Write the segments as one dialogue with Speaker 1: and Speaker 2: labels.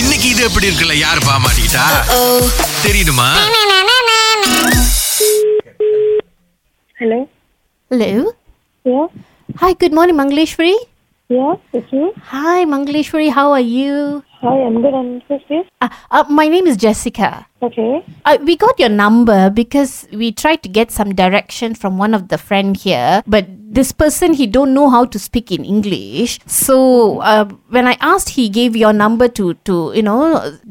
Speaker 1: இன்னைக்கு இது எப்படி இருக்குல்ல யாரு பாமாட்டா தெரியுமா
Speaker 2: Hello.
Speaker 3: Hello.
Speaker 2: Yeah.
Speaker 3: Hi, good morning, Mangleshwari.
Speaker 2: Yeah. It's me.
Speaker 3: Hi, Mangleshwari, how are you?
Speaker 2: Hi, I'm good. I'm Christy.
Speaker 3: Uh, uh, my name is Jessica.
Speaker 2: Okay.
Speaker 3: Uh, we got your number because we tried to get some direction from one of the friend here, but this person he don't know how to speak in English. So uh, when I asked, he gave your number to to you know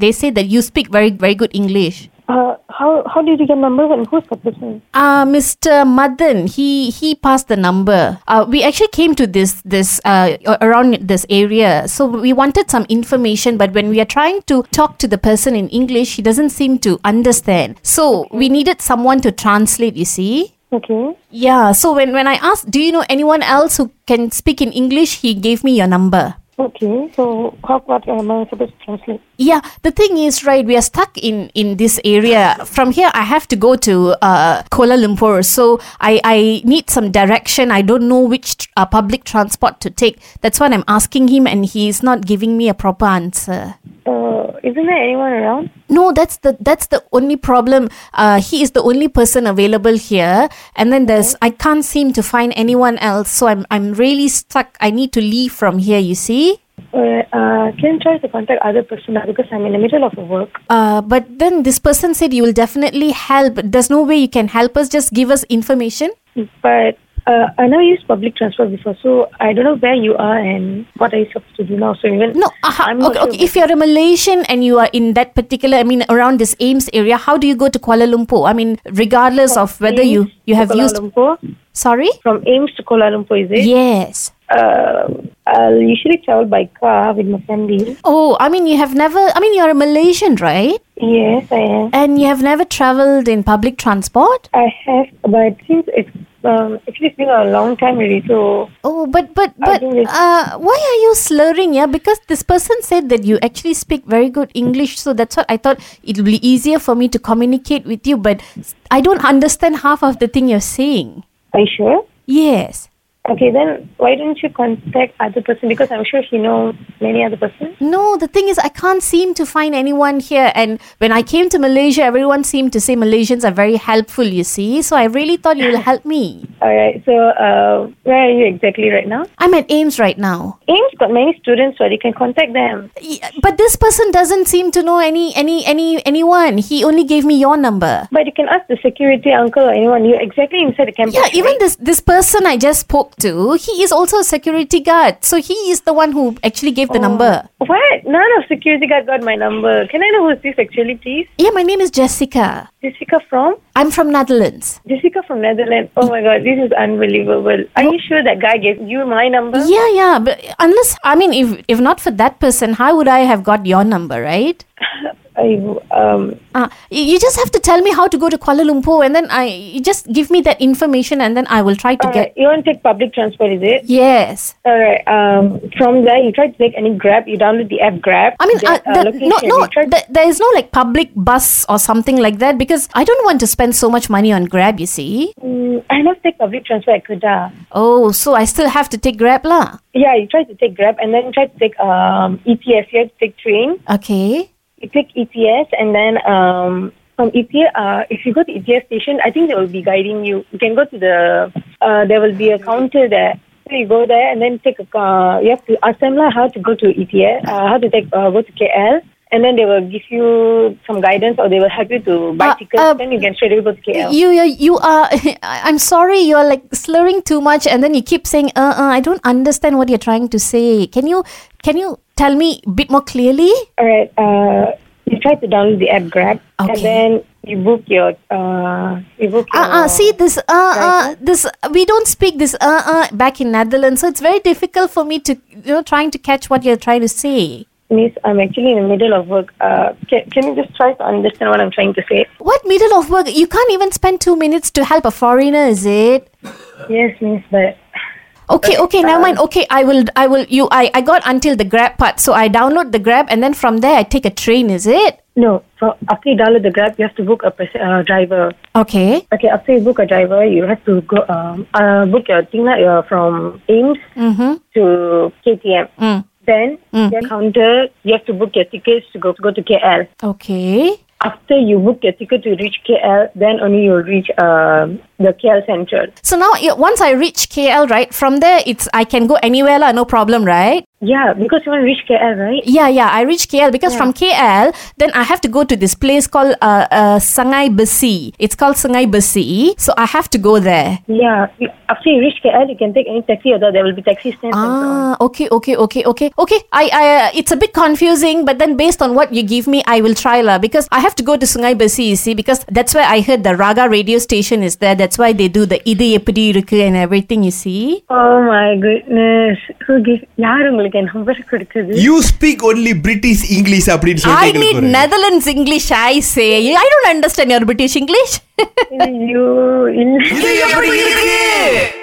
Speaker 3: they say that you speak very very good English.
Speaker 2: Uh, how how did you get number and who's the person?
Speaker 3: Uh, Mr. Madan, he he passed the number. Uh, we actually came to this this uh, a- around this area, so we wanted some information. But when we are trying to talk to the person in English, he doesn't seem to understand. So we needed someone to translate. You see.
Speaker 2: Okay.
Speaker 3: Yeah, so when, when I asked, do you know anyone else who can speak in English? He gave me your number.
Speaker 2: Okay. So how what am I supposed to translate?
Speaker 3: Yeah, the thing is, right, we are stuck in in this area. From here, I have to go to uh, Kuala Lumpur, so I I need some direction. I don't know which tr- uh, public transport to take. That's what I'm asking him, and he's not giving me a proper answer.
Speaker 2: Uh, isn't there anyone around?
Speaker 3: No, that's the that's the only problem. Uh, he is the only person available here, and then there's I can't seem to find anyone else. So I'm I'm really stuck. I need to leave from here. You see.
Speaker 2: Uh, uh, can you try to contact other person now because I'm in the middle of work.
Speaker 3: Uh, but then this person said you will definitely help. There's no way you can help us. Just give us information.
Speaker 2: But uh, I never used public transport before, so I don't know where you are and what are you supposed to do now. So even
Speaker 3: No. Uh,
Speaker 2: I'm
Speaker 3: okay,
Speaker 2: not
Speaker 3: okay.
Speaker 2: sure.
Speaker 3: If you're a Malaysian and you are in that particular, I mean, around this Ames area, how do you go to Kuala Lumpur? I mean, regardless of whether you
Speaker 2: Ames
Speaker 3: you
Speaker 2: to
Speaker 3: have
Speaker 2: Kuala
Speaker 3: used.
Speaker 2: Lumpur.
Speaker 3: Sorry.
Speaker 2: from Ames to Kuala Lumpur, is it?
Speaker 3: Yes.
Speaker 2: Uh, I'll usually travel by car with my family.
Speaker 3: Oh, I mean, you have never. I mean, you're a Malaysian, right?
Speaker 2: Yes, I am.
Speaker 3: And you have never traveled in public transport.
Speaker 2: I have, but since it's um, actually it's been a long time already, so
Speaker 3: Oh, but but
Speaker 2: I
Speaker 3: but
Speaker 2: think it's-
Speaker 3: uh, why are you slurring? Yeah, because this person said that you actually speak very good English, so that's what I thought it'll be easier for me to communicate with you. But s- I don't understand half of the thing you're saying.
Speaker 2: are you sure?
Speaker 3: Yes.
Speaker 2: Okay, then why don't you contact other person because I'm sure she knows many other person.
Speaker 3: No, the thing is, I can't seem to find anyone here. And when I came to Malaysia, everyone seemed to say Malaysians are very helpful. You see, so I really thought you'll help me.
Speaker 2: All right, so uh, where are you exactly right now?
Speaker 3: I'm at Ames right now,
Speaker 2: Ames got many students, so you can contact them.
Speaker 3: Y- but this person doesn't seem to know any any any anyone. He only gave me your number.
Speaker 2: But you can ask the security uncle or anyone. You're exactly inside the campus.
Speaker 3: Yeah, even
Speaker 2: right?
Speaker 3: this this person I just spoke to, he is also a security guard. So he is the one who actually gave
Speaker 2: Oh.
Speaker 3: the number.
Speaker 2: what? None of security guard got my number. Can I know who's this actually, please?
Speaker 3: Yeah, my name is Jessica.
Speaker 2: Jessica from
Speaker 3: I'm from Netherlands.
Speaker 2: Jessica from Netherlands. Oh my god, this is unbelievable. Are you sure that guy gave you my number?
Speaker 3: Yeah, yeah, but unless I mean, if if not for that person, how would I have got your number, right?
Speaker 2: I, um,
Speaker 3: Uh, y- you just have to tell me how to go to Kuala Lumpur, and then I you just give me that information, and then I will try to
Speaker 2: all right,
Speaker 3: get.
Speaker 2: uh, you want to take public transport, is it?
Speaker 3: Yes,
Speaker 2: All right. Um, from there, you try to take any Grab. You download the app Grab.
Speaker 3: I mean,
Speaker 2: Get,
Speaker 3: uh, the, no,
Speaker 2: location.
Speaker 3: no,
Speaker 2: You try to-
Speaker 3: th- there is no like public bus or something like that because I don't want to spend so much money on Grab. You see.
Speaker 2: Mm, I never take public transport at Kedah.
Speaker 3: Oh, so I still have to take Grab lah.
Speaker 2: Yeah, you try to take Grab and then you try to take um ETS. You have to take train.
Speaker 3: Okay.
Speaker 2: You take ETS and then um from ETS, uh, if you go to ETS station, I think they will be guiding you. You can go to the uh, there will be a counter there. So you go there and then take a uh, you have to ask them lah how to go to ETS, uh, how to take uh, go to KL. And then they will give you some guidance or they will help you to buy
Speaker 3: Uh,
Speaker 2: tickets.
Speaker 3: uh,
Speaker 2: then you can straight away go to KL.
Speaker 3: You you you are. I- I'm sorry. You are like slurring too much, and then you keep saying, "Uh, uh I don't understand what you're trying to say." Can you can you tell me a bit more clearly?
Speaker 2: All right. Uh, you try to download the app Grab,
Speaker 3: Okay.
Speaker 2: and then you book your uh, you book your.
Speaker 3: Uh, uh see this uh, uh this we don't speak this uh uh back in Netherlands, so it's very difficult for me to you know trying to catch what you're trying to say.
Speaker 2: Miss, I'm actually in the middle of work. Uh, can, can you just try to understand what I'm trying to say?
Speaker 3: What middle of work? You can't even spend two minutes to help a foreigner, is it?
Speaker 2: Yes, Miss, but
Speaker 3: Okay, okay, never mind. Okay, I will, I will. You, I, I got until the Grab part, so I download the Grab, and then from there I take a train. Is it?
Speaker 2: no. For, after you download the Grab, you have to book a pers- uh, driver.
Speaker 3: Okay.
Speaker 2: Okay, after you book a driver, you have to go um, uh, book your thing like, uh, from Ames to KTM. Then the counter, you have to book your tickets to go go to KL.
Speaker 3: Okay.
Speaker 2: After you book your ticket to reach KL, then only you'll reach um, the KL Central.
Speaker 3: So now yeah, once I reach KL, right? From there, it's I can go anywhere, lah. No problem, right?
Speaker 2: Yeah, because you want to reach KL, right?
Speaker 3: Yeah, yeah. I reach KL because from KL, then I have to go to this place called uh, uh, Sungai Besi. It's called Sungai Besi. So I have to go there.
Speaker 2: Yeah. After you reach KL, you can take any taxi, although there will be taxi stands and so on.
Speaker 3: Ah, okay, okay, okay, okay, okay. I, I, uh, it's a bit confusing, but then based on what you give me, I will try lah. Because I have to go to Sungai Besi, you see, because that's where I heard the Raga radio station is there. That's why they do the Idu Eppadi Irukku and everything, you see.
Speaker 2: Oh my goodness. Who gives யார் உங்களுக்கு என் number கொடுத்தது
Speaker 4: you speak only British English அப்படின்னு
Speaker 3: I
Speaker 4: சொல்லிட்டு
Speaker 3: need
Speaker 4: எங்களுக்கு ஒரு-
Speaker 3: Netherlands English, I say. I don't understand your British English.
Speaker 2: ஐயோ இல்ல
Speaker 4: இது எப்படி இருக்கு